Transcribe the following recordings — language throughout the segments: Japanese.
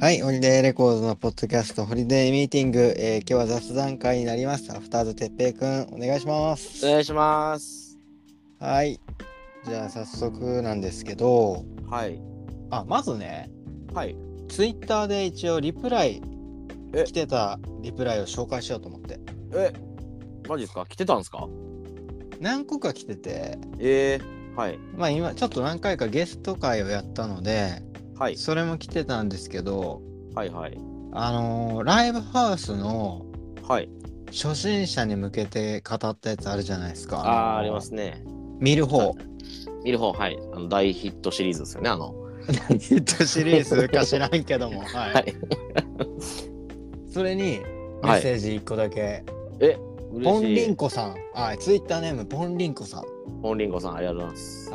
はい、ホリデーレコードのポッドキャスト、ホリデーミーティング、えー今日は雑談会になります。アフターズてっぺいくん、お願いします。お願いします。はい。じゃあ、早速なんですけど、はい。あ、まずね、はい。ツイッターで一応リプライ、え来てたリプライを紹介しようと思って。え、マジですか来てたんですか何個か来てて、えー、はい。まあ今、ちょっと何回かゲスト会をやったので、はい。それも来てたんですけど、はいはい。あのーライブハウスのはい。初心者に向けて語ったやつあるじゃないですか。あー、ありますね。見る方。見る方、はい。あの大ヒットシリーズですよね、あの。ヒットシリーズか知らんけども、はい。はいそれにメはいッセージ1個だけ、ポ 嬉ンしいリンコさん、はい、ツイッターネームポンリンコさん、ポンリンコさん、ありがとうございます。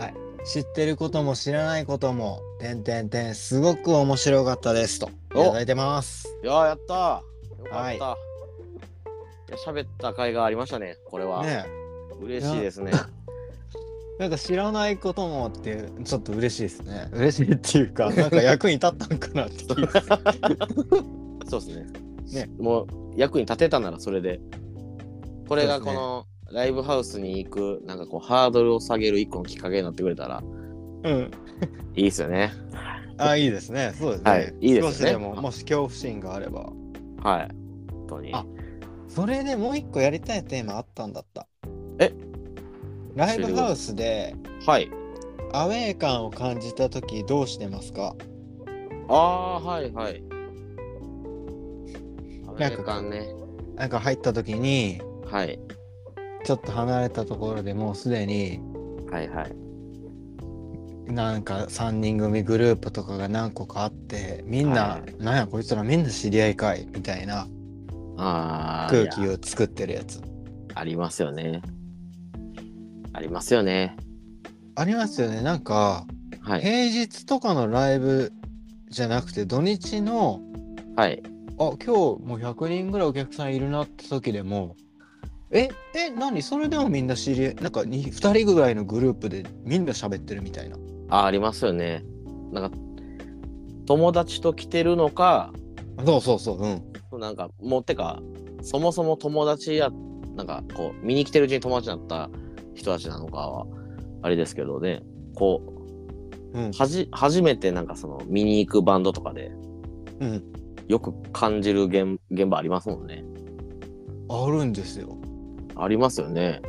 知ってることも知らないことも、てんてんてん、すごく面白かったですと、いおただいてます。いやー、やったー。よかった。はいいや喋った甲斐がありましたね、これは。ね嬉しいですね。えなんか知らないこともっていう、ちょっと嬉しいですね。嬉しいっていうか、なんか役に立ったんかなって いう。そうですね。ねもう役に立てたならそれで。これがそうですこねの、ライブハウスに行く、なんかこう、ハードルを下げる一個のきっかけになってくれたら、うん。いいですよね。あ、いいですね。そうですね。はいいいですね少しでも、もし恐怖心があれば。はい。本当に。あそれでもう一個やりたいテーマあったんだった。えライブハウスではい。アウェー感を感じた時どうしてますかああー、はいはい。ななんんかかね。なんか入った時にはい。ちょっと離れたところでもうすでにはいはい。なんか3人組グループとかが何個かあってみんな、はなんやこいつらみんな知り合いかいみたいなああ。空気いやを作ってるやつありますよね。ありますよね。ありますよねなんかはい。平日とかのライブじゃなくて土日のはい。あ今日もう100人ぐらいお客さんいるなって時でもええ何それでもみんな知り合いなんか 2, 人ぐらいのグループでみんな喋ってるみたいなあーありますよね。なんか、友達と来てるのか、そうそうそううんなんか、もうてか、そもそも友達や、なんかこう、見に来てるうちに友達になった人たちなのかは、あれですけどね、こう、うんはじ初めてなんかその見に行くバンドとかでうんよく感じる現現場ありますもんね。あるんですよありますよね。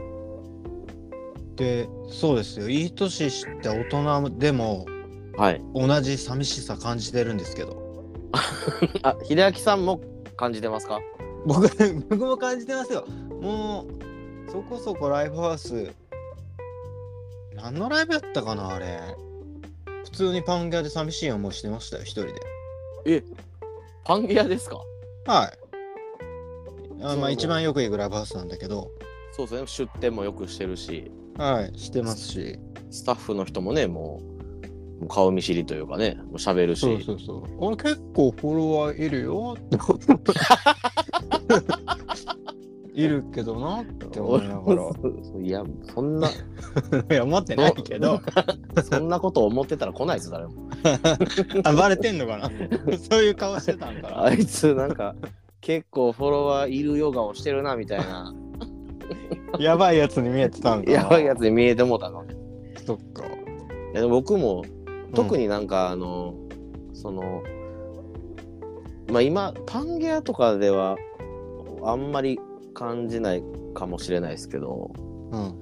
でそうですよいい年して大人でもはい。同じ寂しさ感じてるんですけどあ、秀明さんも感じてますか僕 僕も感じてますよもうそこそこライブハウス何のライブやったかなあれ普通にパンギャで寂しい思いしてましたよ一人でパンギアですかはい。あそうまあ一番よく行くライブハウスなんだけど、そうですね。出店もよくしてるし、はい、してますし。スタッフの人もね、もう、もう顔見知りというかね、もう喋るし。そうそうそう。俺結構フォロワーいるよって。いるけどなって思いながら。ら。いや、 そん いな、や、思ってないけ ど、そんなこと思ってたら来ないです、誰も。あバレてんのかな そういう顔してたんかあな。いつ、なんか、 結構フォロワーいるヨガをしてるな、みたいな。 やばいやつに見えてたんかな。やばいやつに見えてもうたかもしれないつ。そっか。いやでも僕も特に。になんかあの、そのまあ今パンゲアとかではあんまり感じないかもしれないですけどうん。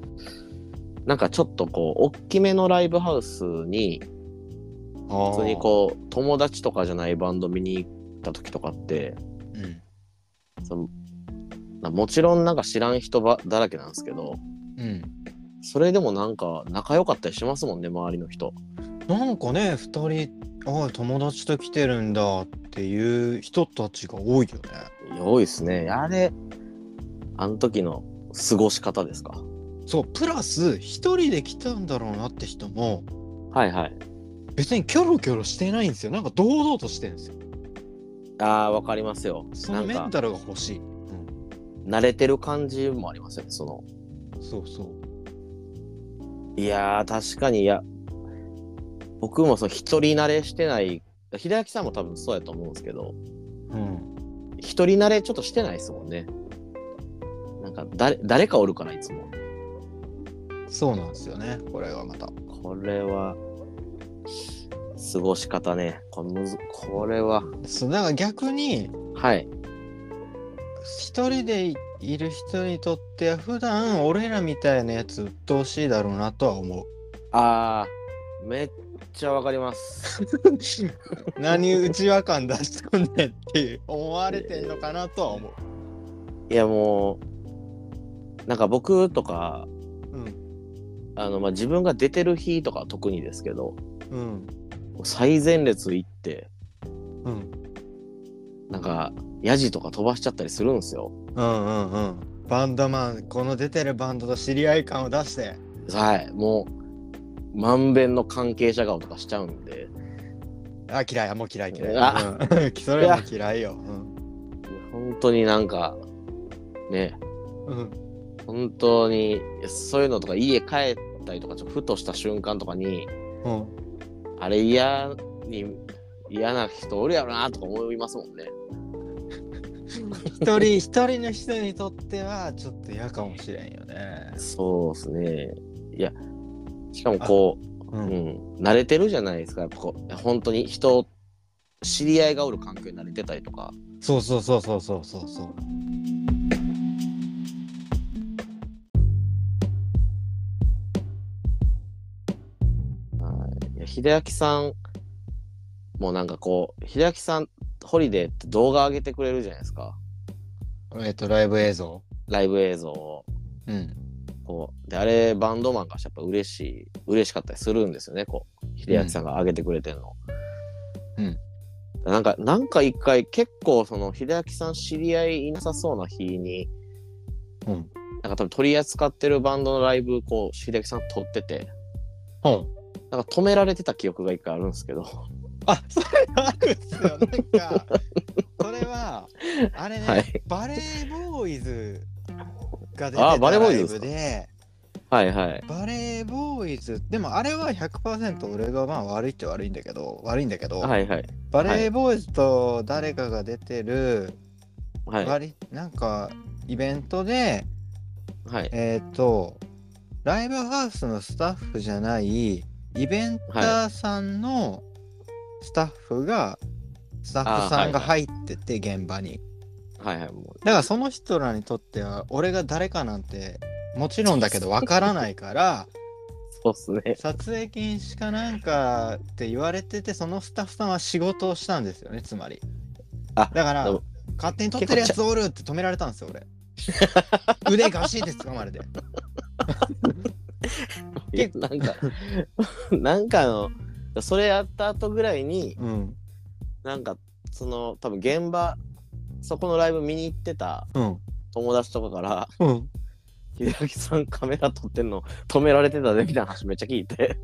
なんかちょっとこう大きめのライブハウスに普通にこう友達とかじゃないバンド見に行った時とかってう。うん。そのなもちろんなんか知らん人ばだらけなんですけどうん。それでもなんか仲良かったりしますもんね周りの人なんかね、二人、ああ、友達と来てるんだっていう人たちが多いよね。いや多いですねあれあの時の過ごし方ですかそうプラス一人で来たんだろうなって人もはいはい。別にキョロキョロしてないんですよなんか堂々としてるんですよああ、わかりますよ。そなのんメンか、タルが欲しい慣れてる感じもありますよね。その、そうそういやー、確かに、いや、僕もその、一人慣れしてない平明さんも多分そうやと思うんですけどうん。一人慣れちょっとしてないですもんねなんか誰誰かおるからいつもそうなんですよね。これはまた。これは過ごし方ねこれむずこれはそう、なんか逆に、はい一人でいる人にとっては、普段俺らみたいなやつ、鬱陶しいだろうなとは 思う。あーめっちゃわかります何、うちわ感出してくんねんっていう、思われてんのかなとは思う。いやもうなんか僕とかうん。あの、まあ、自分が出てる日とかは特にですけどうん。最前列行ってうん。なんかヤジとか飛ばしちゃったりするんですようんうんうん。バンドマン、この出てるバンドと知り合い感を出して。はいもうまんべんの関係者顔とかしちゃうんであ、嫌い、あもう嫌い、嫌い。あうん、 それはもう嫌いよ。うん本当になんかねうん。本当にそういうのとか家帰ったりとかちょっとふとした瞬間とかにうん。あれ嫌に嫌な人おるやろなとか思いますもんね一人、一人の人にとっては、ちょっと嫌かもしれんよね。そうですねいやしかもこうう、う。ん、慣れてるじゃないですかやっぱこう本当に人知り合いがおる環境に慣れてたりとかそうそうそうそうそうそうそう。いや秀明さんもなんかこう秀明さんホリデーって動画上げてくれるじゃないですかえっ、と、ライブ映像。ライブ映像をうん。こうであれバンドマンがやっぱ嬉しい嬉しかったりするんですよねこう秀明さんが上げてくれてるの、うんなんかなんか一回結構その秀明さん知り合いいなさそうな日にうん。なんか多分取り扱ってるバンドのライブこう秀明さん撮っててほなんか止められてた記憶が一回あるんですけどあ、それはあるんすよ。なんか、それは、あれね、はいバレーボーイズが出てあたバレーボラーイイズですブかで、 はいはいバレーボーイズ、でもあれは100%俺がまあ悪いって悪いんだけど、悪いんだけど、はいはいバレーボーイズと誰かが出てる、はいは割りなんかイベントでいえっ、とライブハウスのスタッフじゃないイベンターさんのスタッフが、スタッフさんがあー入ってて現場にはいはいもだからその人らにとっては俺が誰かなんてもちろんだけどわからないからうそうっすね撮影禁止かなんかって言われててそのスタッフさんは仕事をしたんですよねつまりあだからでも勝手に撮ってるやつおるって止められたんですよ 俺腕がしいですかまれてえなんかなんかあのそれやった後ぐらいにうんなんかその多分現場そこのライブ見に行ってたうん友達とかから うん「秀明さんカメラ撮ってんの止められてたで」みたいな話めっちゃ聞いて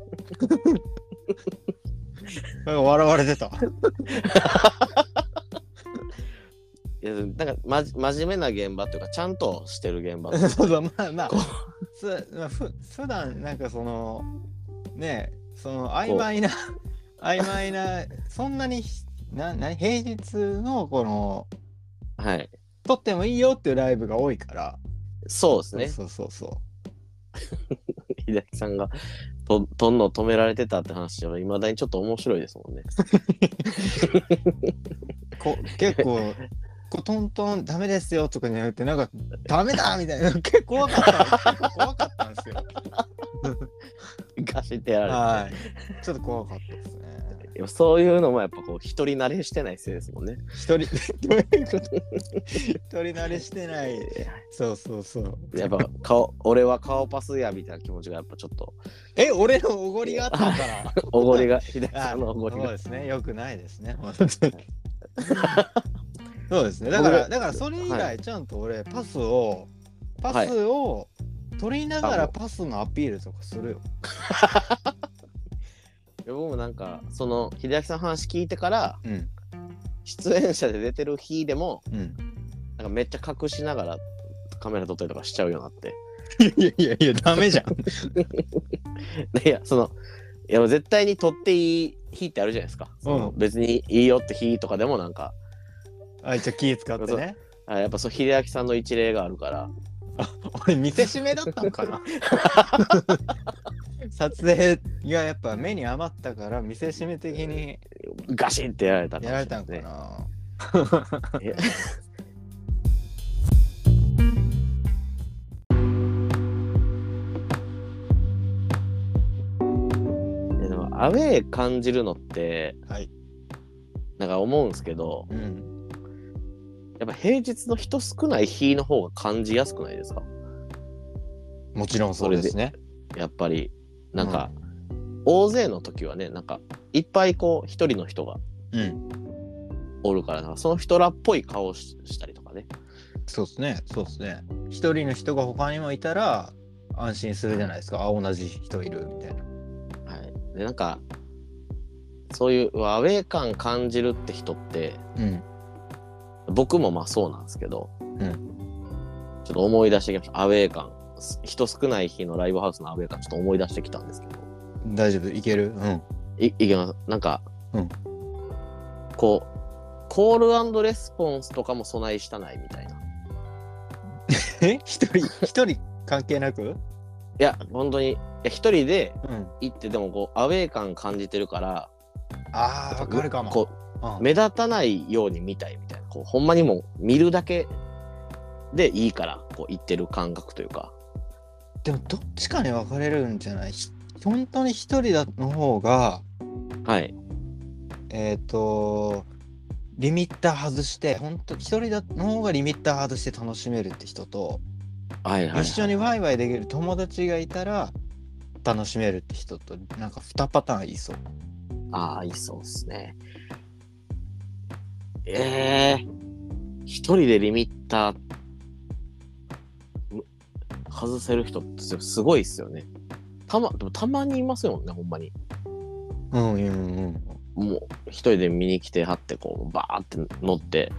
なんか笑われて たいやなんか、まじ、真面目な現場っていうかちゃんとしてる 現場そうだまあまあこすまあふ普段なんかそのねえその曖昧な曖昧なそんなにひなな平日のこのはい撮ってもいいよっていうライブが多いからそうですねそうそうそう秀明さんがと撮んの止められてたって話はいまだにちょっと面白いですもんねこ結構こトントンダメですよとかじゃなくてなんかダメだみたい な結構怖かった結構怖かったんですよガシってやられて、はいちょっと怖かったですねいやそういうのもやっぱこう一人慣れしてないせいですもんね。一人 どういうこと一人慣れしてないそうそうそうやっぱ顔俺は顔パスやみたいな気持ちがやっぱちょっとえ俺のおごりがあったからおごりが秀明あ さんのおごりそうがですねよくないですね本当に そうですねだから僕だからそれ以は来ちゃんと俺パスをパスを取りながあらパスのアピールとかするよいや僕もなんかその秀明さんの話聞いてからうん出演者で出てる日でもうんなんかめっちゃ隠しながらカメラ撮ったりとかしちゃうようになっていやいやいや、ダメじゃん。 でいやそのいや絶対に撮っていい火ってあるじゃないですか、その別にいいよって火とかでもなんかあ一応気使ってねあやっぱそう秀明さんの一例があるから俺見せしめだったのかな 撮影がやっぱ目に余ったから見せしめ的にガシンってやられたやられたのかねなえいやでもアウェー感じるのってはいなんか思うんですけどうんやっぱ平日の人少ない日の方が感じやすくないですかもちろんそうですねやっぱりなんか、大勢の時はねなんかいっぱいこう一人の人がうんおるからなんかその人らっぽい顔をししたりとかねそうですねそうですね一人の人が他にもいたら安心するじゃないですかあ同じ人いるみたいなはい、でなんかそういうアウェー感感じるって人ってうん僕もまあそうなんですけど、んちょっと思い出してきましたアウェー感す人少ない日のライブハウスのアウェー感ちょっと思い出してきたんですけど大丈夫いけるうんいいけますなんか、うんこうコールレスポンスとかも備えしたないみたいないえ 一人一人関係なくや本当にいや一人でうん行ってでもこうアウェー感感じてるからああわかるかもこううん目立たないように見たいみたいなこうほんまにもう見るだけでいいからこう言ってる感覚というかでもどっちかに分かれるんじゃないひ本当に一人だの方がはいえっ、とリミッター外して本当一人だの方がリミッター外して楽しめるって人と、はいはい、一緒にワイワイできる友達がいたら楽しめるって人となんか2パターンいそうああいそうっすねええ一人でリミッターむ外せる人ってすごいっすよねたまでもたまにいますよねほんまにうんうんうんもう一人で見に来てはってこうバーって乗って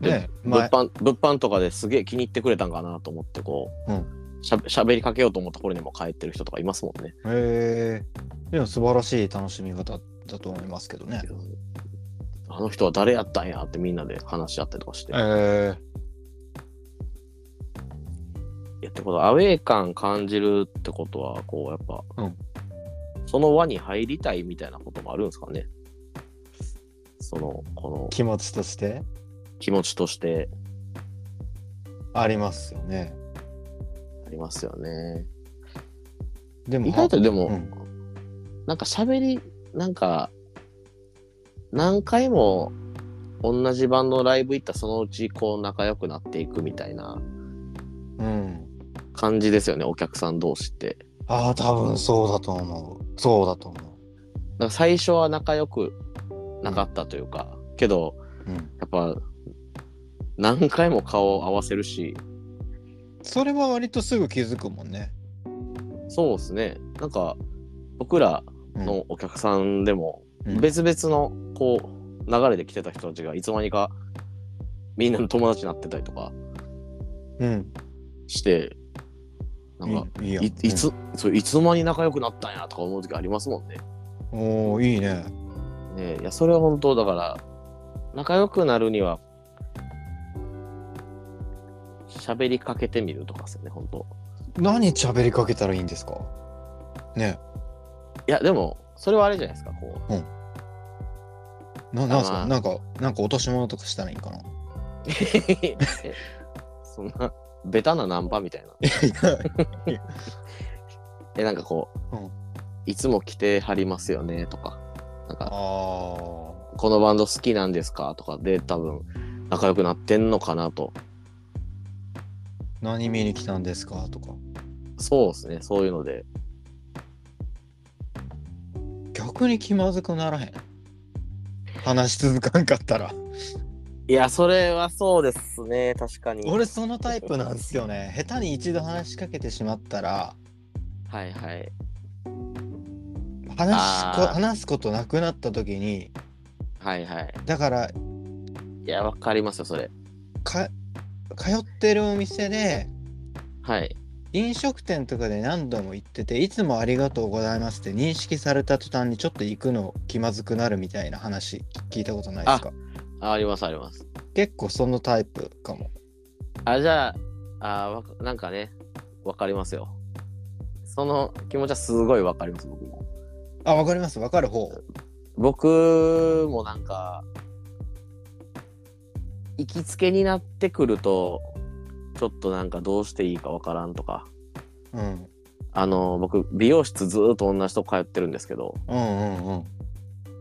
ね物前販物販とかですげえ気に入ってくれたんかなと思ってこう、うんしゃしゃべりかけようと思った頃にも帰ってる人とかいますもんね。えー、でも素晴らしい楽しみ方だと思いますけどねあの人は誰やったんやってみんなで話し合ったりとかして。いえやってことはアウェー感感じるってことはこうやっぱ、うんその輪に入りたいみたいなこともあるんですかね。そのこのー、気持ちとして気持ちとしてありますよねありますよね。でも意外とでも、うんなんか喋り、なんか、何回も同じバンドのライブ行ったらそのうちこう仲良くなっていくみたいなうん感じですよね、お客さん同士って。ああ、多分そうだと思う。そうだと思なんか最初は仲良くなかったというか、けど、う。うん。やっぱ、何回も顔を合わせるし、それは割とすぐ気づくもんね。そうですね、なんか、僕らうん、のお客さんでも、うん別々のこう流れで来てた人たちがいつの間にかみんなの友達になってたりとかうん。してなんか、いいいいやんいいつ、そういつの間に仲良くなったんやとか思う時ありますもんね。うんおお、いいね。ねえいやそれは本当だから仲良くなるには喋りかけてみるとかですよね本当何喋りかけたらいいんですかねいやでもそれはあれじゃないですかこうななんすまかあなんか、なんか落とし物とかしたらいいんか な えそんなベタなナンパみたいな。えなんかこう、うんいつも来てはりますよねとかなんあかあ。このバンド好きなんですかとかで多分仲良くなってんのかなと何見に来たんですかとか。そうですねそういうので逆に気まずくならへん。話し続かんかったら。いやそれはそうですね確かに俺、そのタイプなんすよね。下手に一度話しかけてしまったら、はいはい話すこあー話すことなくなった時にはいはいだからいやわかりますよそれか通ってるお店ではい飲食店とかで何度も行ってていつもありがとうございますって認識された途端にちょっと行くの気まずくなるみたいな話聞いたことないですかあありますあります。結構そのタイプかもあ、じゃあ、あわかなんかね、わかりますよ。その気持ちはすごいわかります、僕も。あわかりますわかる方僕もなんか、行きつけになってくると、ちょっとなんかどうしていいかわからんとか、うんあの、僕、美容室ずーっと同じとこ通ってるんですけど、うんうんうん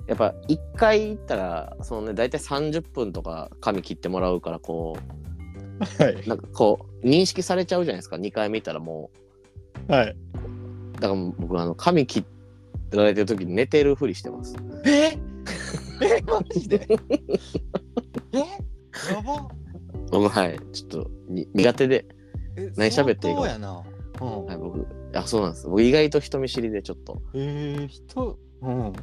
やっぱ一回行ったら、そのね、大体30分とか髪切ってもらうから、こはい。う、なんかこう、認識されちゃうじゃないですか、2回目行ったらもう。はい。だから僕あの髪切られてる時に寝てるふりしてます。ええマジで えやば僕はいちょっとに苦手で、え何喋っていい相か当やな。うん。はい、僕あそうなんです僕意外と人見知りでちょっとえー、人、うん。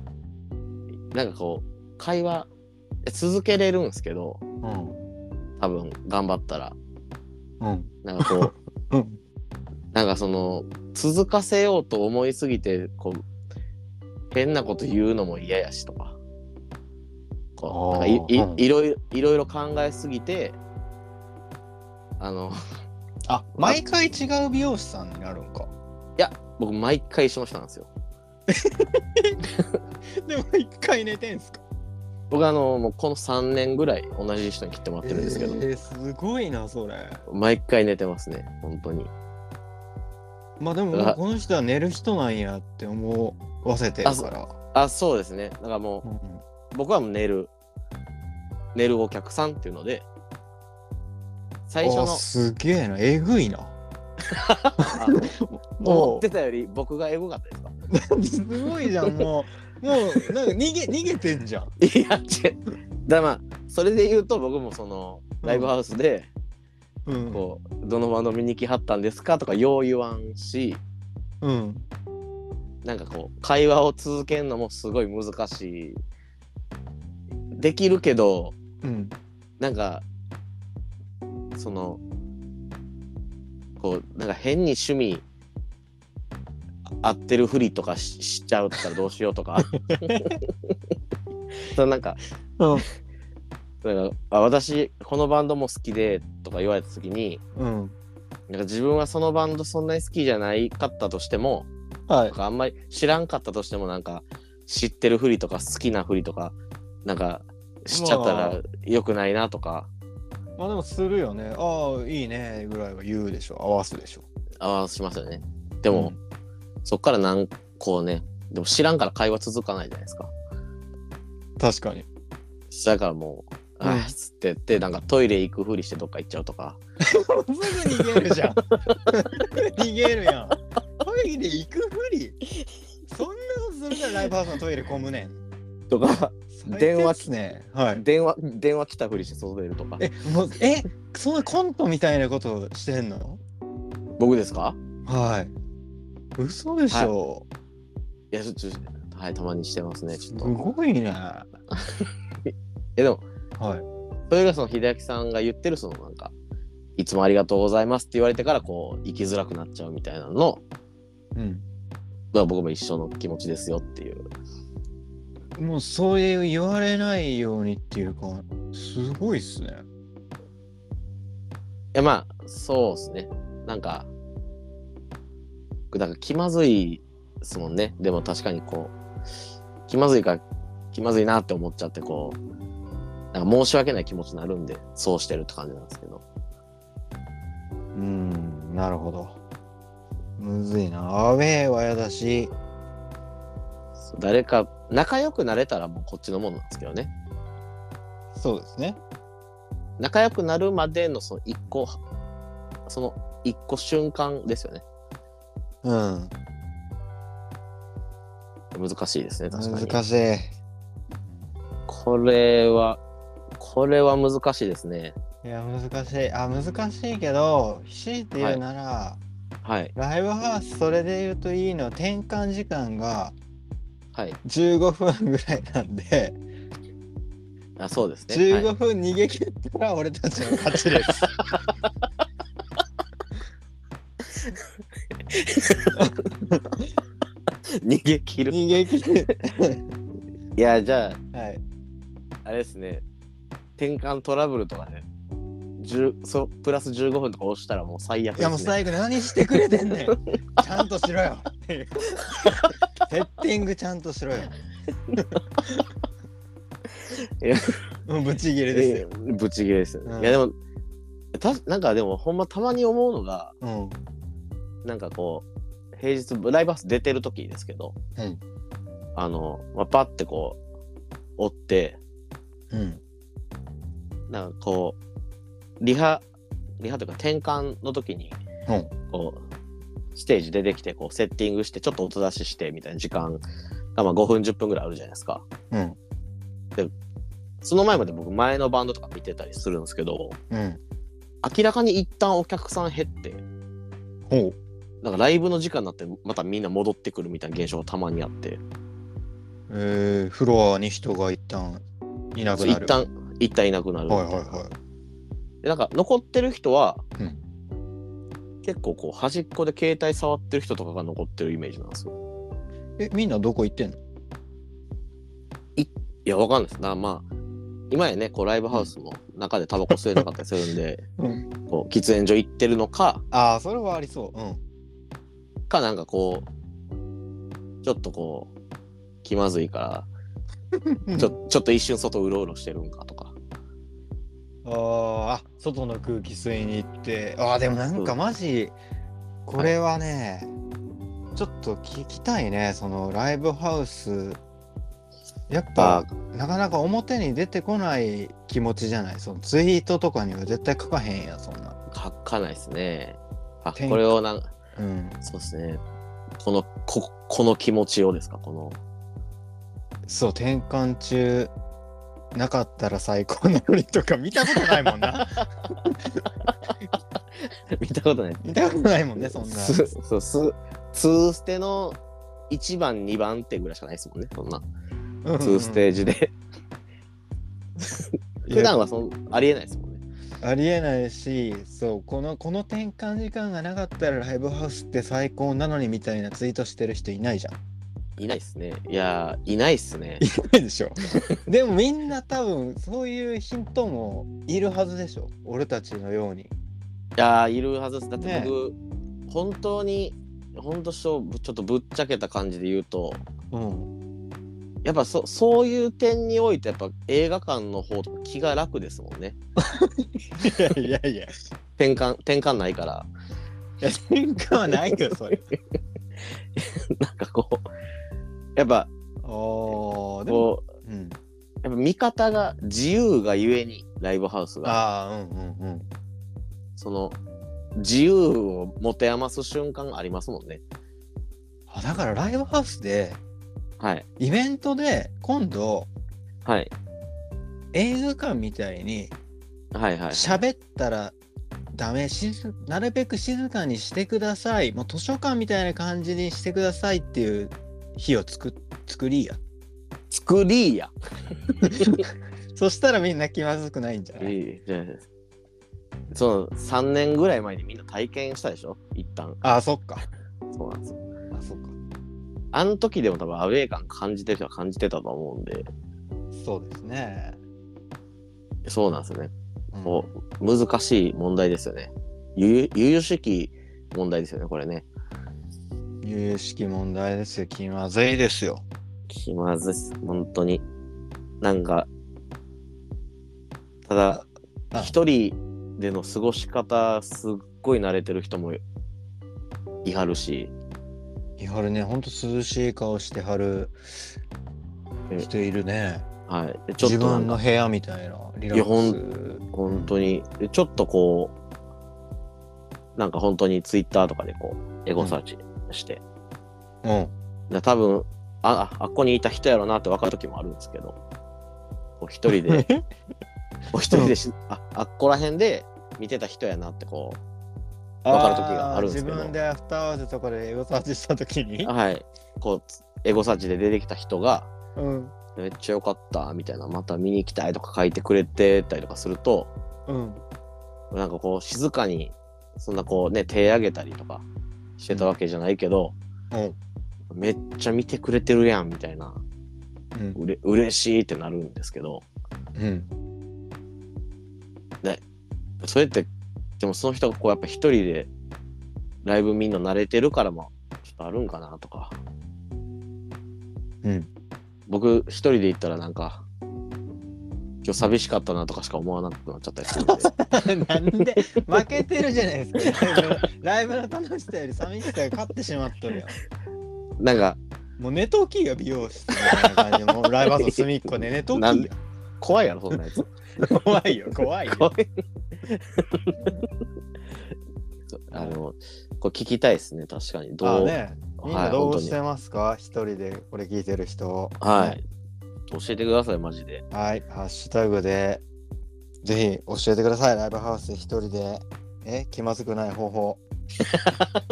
なんかこう会話続けれるんですけどうん。多分頑張ったらうん。なんかこううん。なんかその続かせようと思いすぎてこう変なこと言うのも嫌やしとかこうなんかいあーうんいいろいろいろいろ考えすぎてあの あ、毎回違う美容師さんになるんか。僕毎回一緒の人なんですよ。 でも一回寝てんすか僕あのもうこの3年ぐらい同じ人に切ってもらってるんですけど、えー、すごいな、それ。毎回寝てますね本当にまあでも、あこの人は寝る人なんやって思わせてるから。あそうですねだからもう、うん僕はもう寝る寝るお客さんっていうので最初あのすげえな、えぐいな。あ 思ってたより僕がエゴかったですかすごいじゃん、もう。もう、なんか逃 げ、逃げてんじゃん。いや違うだからまあそれで言うと僕もそのライブハウスで、うん。こうどのバンド見に来はったんですかとかよう言わんしうん。なんかこう会話を続けるのもすごい難しいできるけどうん。なんかそのこうなんか変に趣味あ合ってるふりとかししちゃうったらどうしよう とかそうなんかうん。なんかあ私このバンドも好きでとか言われた時にうん。なんか自分はそのバンドそんなに好きじゃないかったとしてもはなん。かあんまり知らんかったとしてもなんか知ってるふりとか好きなふりとかなんかしちゃったまら良くないなとかまあでもするよね。ああ、いいねぐらいは言うでしょ。合わすでしょ。ああしますよねでも、そっからなんこうねでも知らんから会話続かないじゃないですかうん確かに。だからもううんああっつってやってなんかトイレ行くふりしてどっか行っちゃうとかすぐ逃げるじゃん。逃げるやん。トイレ行くふり。そんなことするからライブハウスのトイレ混むねん。とか 電話っすね。はい。電話電話来たふりして外出るとかえ、もう、え、そんなコントみたいなことしてんの僕ですかはい。嘘でしょ。いやちょっとはいたまにしてますねちすょっとごいね。えでもはい。それがその秀明さんが言ってるそのなんか「いつもありがとうございます」って言われてからこう生きづらくなっちゃうみたいなのうん。まあ僕も一緒の気持ちですよっていうもうそういう言われないようにっていうか、すごいっすね。いやまあそうですねなんかだから気まずいですもんねでも確かにこう気まずいから気まずいなって思っちゃってこうなんか申し訳ない気持ちになるんでそうしてるって感じなんですけどうん、なるほど。むずいな。アウェーは嫌だし、そう誰か仲良くなれたらもうこっちのものなんですけどねそうですね。仲良くなるまでのその一個その一個瞬間ですよねうん、難しいですね確かに難しい。これはこれは難しいですねいや、難しい。あ、難しいけど、強いて言うなら、はいライブハウス、それで言うといいの、転換時間がはい15分ぐらいなんで、あそうですねはい 15分逃げ切ったら俺たちの勝ちです。逃げ切る。逃げ切る。いや、じゃはい。あ、あれですね。転換トラブルとかね。10そプラス15分とか押したらもう最悪いです、ね。やもう最後何してくれてんねん。ちゃんとしろよ。っていうセッティングちゃんとしろよいや。 もうブチギレですよ。えーぶち切れですよね、うんいやでもたなんかでもほんまたまに思うのがうん。なんかこう平日ライブハウス出てる時ですけど、はいあの、まあ、パッてこう追ってうん。なんかこうリハリハというか転換の時にうんこうステージ出てきてこうセッティングしてちょっと音出ししてみたいな時間がまあ5分10分ぐらいあるじゃないですかうん。その前まで僕前のバンドとか見てたりするんですけどうん。明らかに一旦お客さん減ってほなんかライブの時間になってまたみんな戻ってくるみたいな現象がたまにあってう。えー、フロアに人が一旦いなくな一る。旦一旦いなくなるはいはいはい。でなんか残ってる人は、う結構こう端っこで携帯触ってる人とかが残ってるイメージなんですよえ、みんなどこ行ってんのいやわかんないですなまあ今やねこうライブハウスの中でタバコ吸えなかったりするんで、 うんこう喫煙所行ってるのかああ、それはありそう。うん。かなんかこうちょっとこう気まずいからちょちょっと一瞬外うろうろしてるんかとかあーあ外の空気吸いに行ってああでもなんかうんマジこれはね、ちょっと聞きたいねそのライブハウスやっぱなかなか表に出てこない気持ちじゃないそのツイートとかには絶対書かへんやそんな書かないですねあ天これをなんうんそうですね。この、こ、この気持ちをですか、この。 そう転換中なかったら最高なのにとか見たことないもん な見たことない。見たことないもんねそんなすそう、す、ツーステの1番、2番手ぐらいしかないですもんね、そんな。うんうんツーステージで。いや普段はそんありえないですもんね。ありえないしそうこのこの転換時間がなかったらライブハウスって最高なのにみたいなツイートしてる人いないじゃん。いないですね。いやー、いないですね。いないでしょ。 でもみんな多分そういうヒントもいるはずでしょ俺たちのように。いやー、いるはずです。だってね僕、本当に、本当そうちょっとぶっちゃけた感じで言うと、うん、やっぱそそういう点において、やっぱ映画館の方とか気が楽ですもんね。いやいや いやい転換、転換ないから。 や転換はないよそれ。なんかこう、やっぱ、ああでも、こう、うん、やっぱ見方が自由がゆえに、ライブハウスが、ああうんうんうん。その、自由を持て余す瞬間ありますもんね。あだからライブハウスではい。イベントで今度はい。映画館みたいにはいはい。喋ったらダメ静なるべく静かにしてくださいもう図書館みたいな感じにしてくださいっていう日を作っ作りや作りや。そしたらみんな気まずくないんじゃない、いじゃないですかその3年ぐらい前にみんな体験したでしょ一旦あそっかそうなんですよあそっかあの時でも多分アウェー感感じてる人は感じてたと思うんでそうですね、そうなんですよねうんこう難しい問題ですよねゆゆゆしき問題ですよねこれね有識問題ですよ気まずいですよ気まずいっす本当になんかただあ一人での過ごし方すっごい慣れてる人もいはるしいはるねほんと涼しい顔してはるえ人いるねはいでちょっ自とな分んかの部屋みたいなリラいやほック本当にでちょっとこうなんか本当にツイッターとかでこうエゴサーチして、スうんで多分あああっこにいた人やろなって分かる時もあるんですけどこう一人 でこう一人でしああっこら辺で見てた人やなってこわかる時があるんですけどー自分でアフター合わせとかでエゴサーチした時にうはいこうつエゴサーチで出てきた人がうんめっちゃ良かったみたいなまた見に行きたいとか書いてくれてたりとかするとうんなんかこう静かにそんなこうね手上げたりとかしてたわけじゃないけど、うんめっちゃ見てくれてるやんみたいなうんうれ嬉しいってなるんですけどうんそれってでもその人がこうやっぱ一人でライブみんな慣れてるからもちょっとあるんかなとかうん僕一人で行ったらなんか今日寂しかったなとかしか思わなくなっちゃったりするんでなんで負けてるじゃないですかライブライブの楽しさより寂しさが勝ってしまっとるよなんかもう寝ときよ美容室みたいな感じでもうライブハウスの隅っこで寝ときなよんで怖いやろそんなや つ怖いよ怖いよ怖いあのこれ聞きたいですね確かにどあう、ねみんはないど本当うにしてますか、一人でこれ聞いてる人はい教えてくださいマジではい、ハッシュタグでぜひ教えてください。ライブハウスで一人でえ気まずくない方 法。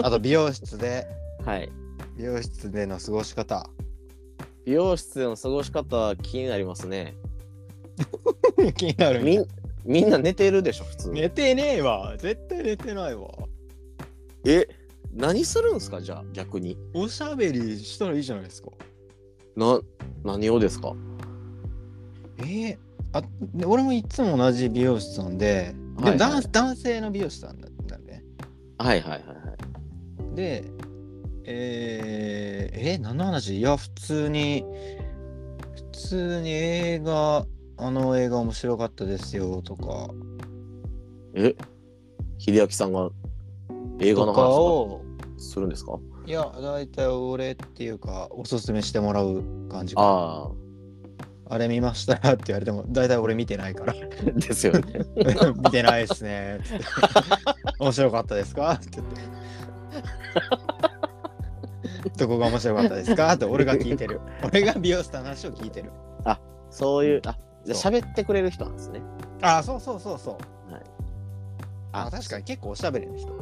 あと美容室ではい美容室での過ごし方。美容室での過ごし方気になりますね 気になるみんみんな寝てるでしょ普通、寝てねえわ。絶対寝てないわ。え何するんですかじゃあ逆におしゃべりしたらいいじゃないですか。な何をですかえー、あで俺もいつも同じ美容室なんで、でもはいはい男男性の美容室なんだなんでね。はいはいはいはいで、えー、えー、何の話いや、普通に、普通に映画、あの映画面白かったですよとか、え秀明さんが映画のとか話を、するんですかいや、大体俺っていうか、おすすめしてもらう感じああああれ見ましたって言われても、大体俺見てない から、ですよね見てないですね。つって面白かったですかって言って。どこが面白かったですかって俺が聞いてる。俺が美容室の話を聞いてる。そういうあじゃあそ喋ってくれる人なんですねああ、そうそうそうそう。ああ確かに結構おしゃべりの人。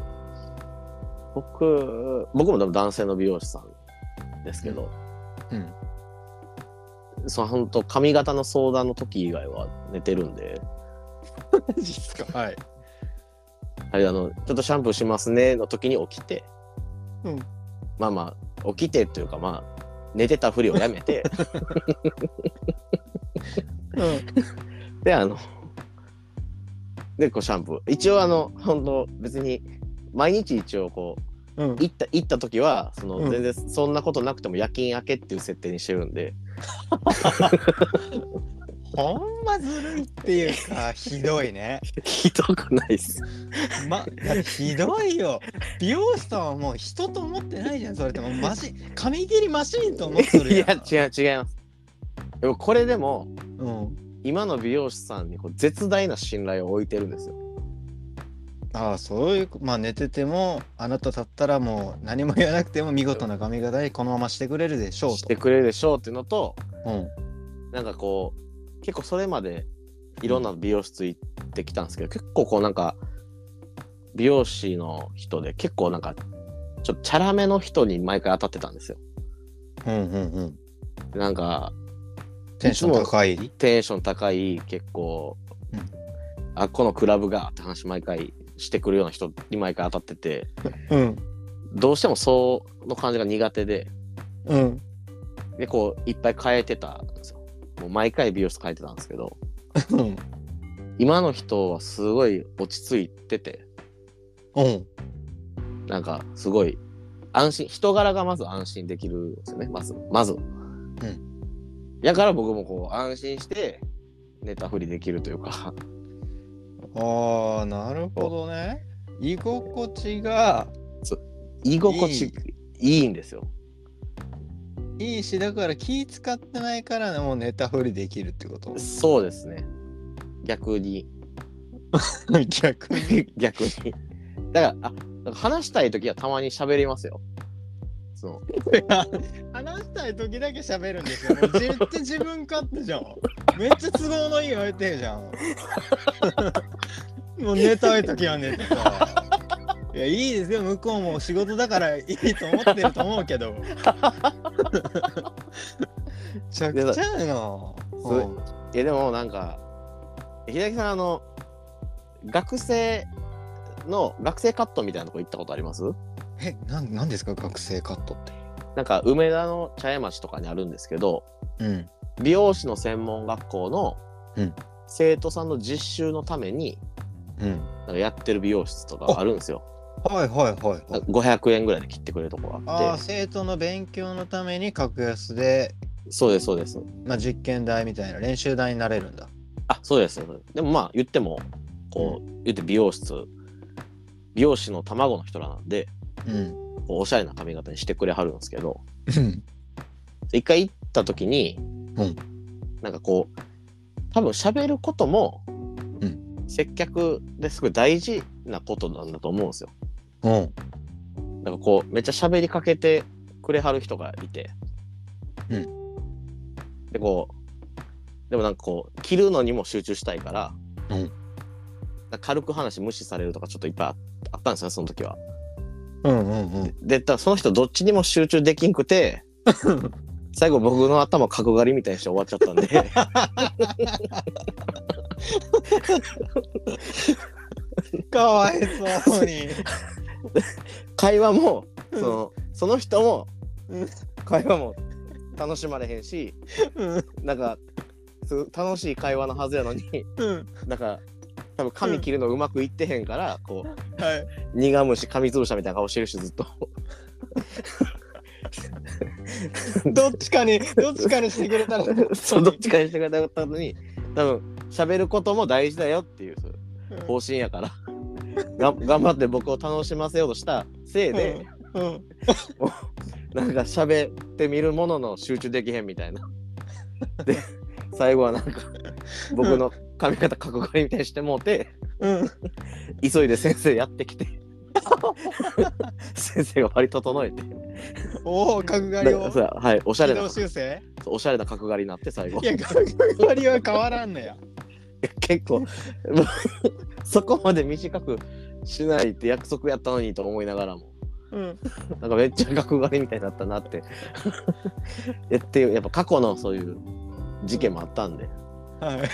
僕僕もでも男性の美容師さんですけど、うん。その本当髪型の相談の時以外は寝てるんでマジっすか。はい。はい、あの、ちょっとシャンプーしますねの時に起きて、うんまあまあ、起きてというか、まあ、寝てたふりをや めて、うで、あの、で、こう、シャンプー。一応、あの、本当別に、毎日一応、こう、ん。うん。行った、行った時は、その、うん全然そんなことなくても夜勤明けっていう設定にしてるんで、ほんまずるいっていうか、ひどいね。ひどくないっす。ま、だってひどいよ。美容師さんはもう人と思ってないじゃん、それってもうマシン、髪切りマシンと思ってるいやや、ん。違う、違います。でも、これでも、うん。今の美容師さんにこう絶大な信頼を置いてるんですよ。ああ、そういう、まあ寝てても、あなただったらもう何も言わなくても見事な髪型にこのまましてくれるでしょうしとて。くれるでしょうっていうのと、うん。なんかこう結構それまでいろんな美容室行ってきたんですけど、結構こうなんか美容師の人で結構なんかちょっとチャラめの人に毎回当たってたんですよ。うんうんうん。でなんかテンション高い。テンション高い結構、うんあっこのクラブがって話毎回してくるような人に毎回当たっててうん。どうしてもその感じが苦手でうん。でこういっぱい変えてたんですよ。もう毎回美容室変えてたんですけどうん。今の人はすごい落ち着いてて。うん。なんかすごい安心人柄がまず安心できるんですよねまずまずうんやから僕もこう安心してネタふりできるというか ああ、なるほどね。居心地が居心地いいんですよいいし、だから気使ってないからもうネタ振りできるってこと。そうですね逆に逆に。 逆にだからあなんか話したい時はたまに喋りますよその話したい時だけ喋るんですよ。もう自分って自分勝手じゃん。めっちゃ都合のいい相手じゃん。もう寝たい時は寝てさ。いや、いいですよ。向こうも仕事だからいいと思ってると思うけど。めちゃくちゃやな。ごいえでもなんか秀明さんあの学生の学生カットみたいなとこ行ったことありますえ、なん、なんですか学生カットって。なんか梅田の茶屋町とかにあるんですけどうん。美容師の専門学校のうん生徒さんの実習のためにうん。なんかやってる美容室とかあるんですよはいはいはい、はないん。か500円ぐらいで切ってくれるとこがあああ、って生徒の勉強のために格安で、そうですそうですまあ、実験台みたいな練習台になれるんだ。あそうですそうですでもまあ言ってもこう、言って美容室美容師の卵の人らなんでうん。こうおしゃれな髪型にしてくれはるんですけどうん。一回行った時に、うんなんかこう多分喋ることも、うん接客ですごい大事なことなんだと思うんですようん。なんかこうめっちゃ喋りかけてくれはる人がいて、うんでこうでもなんかこう切るのにも集中したいから、うんなんか軽く話無視されるとかちょっといっぱいああったんですよねその時は。うんうんうん。でただその人どっちにも集中できん くて最後僕の頭角刈りみたいにして終わっちゃったんでかわいそうに。会話もそのその人もうん会話も楽しまれへんしうん。なんかす楽しい会話のはずやのに うん。なんか多分髪切るのうまくいってへんから、こはい。う苦虫噛みつぶしたみたいな顔してるしずっとどっちかに、どっちかにしてくれたら。 そうどっちかにしてくれたかったのに多分喋ることも大事だよっていうそう方針や からが頑張って僕を楽しませようとしたせいで、うん。うん。なんか喋ってみるものの集中できへんみたいな。で最後はなんか僕の髪型角刈りみたいにしてもうて。うん。急いで先生やってきて先生が割と整えておお、角刈りなを。そうはいおしゃれ軌な道修正そうおしゃれな角刈りになって最後いや、角刈りは変わらんのや。結構そこまで短くしないって約束やったのにと思いながらもうん。なんかめっちゃ角刈りみたいになったなってえっていうやっぱ過去のそういう事件もあったんで、 はい。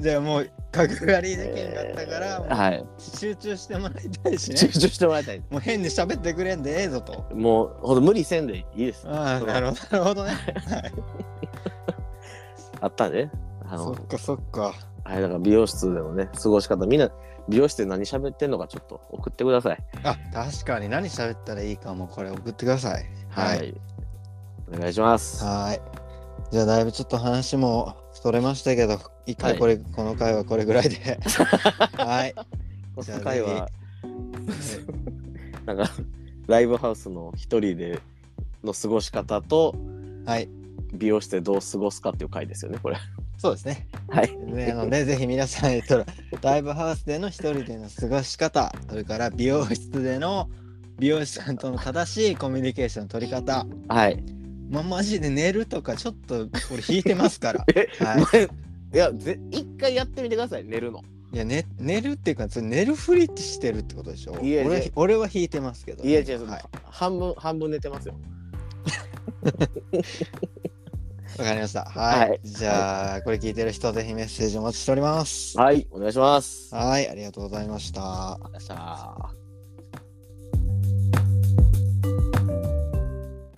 じゃあもう、角刈り事件があったから、もうはい集中してもらいたいし集ね。中してもらいたいもう変に喋ってくれんでええぞと。もうほんと無理せんでいいですああ、そうなるほど、な るほどね。はい。あったんで、ね、あそのっかそっか。はい、だから美容室でのね、過ごし方、みんな美容室で何喋ってんのかちょっと送ってください。あ、確かに何喋ったらいいかもこれ送ってください。はい。。お願いします。はい。じゃあだいぶちょっと話もそれましたけど、一回これ、この回はこれぐらい で。はい。今じゃあ回は、なんか、ライブハウスの一人での過ごし方と、はい。美容室でどう過ごすかっていう回ですよね、これ。そうですね。はい。ね、なので、ぜひ皆さん、えっと、ライブハウスでの一人での過ごし方、それから美容室での美容師さんとの正しいコミュニケーションの取り方、はい。まあ、マジで寝るとか、ちょっと俺引いてます から。え、はい前 いや、ぜ一回やってみてください、寝るの。いや、ね、寝るっていうか、それ寝るふりしてるってことでしょいやいや俺俺は引いてますけど、いや、違う、はい。半分、半分寝てますよ。わかりました。はい。はいじゃあ、これ聞いてる人、ぜひメッセージお待ちしております。はい、お願いします。あはい、ありがとうございました。りがとうございました。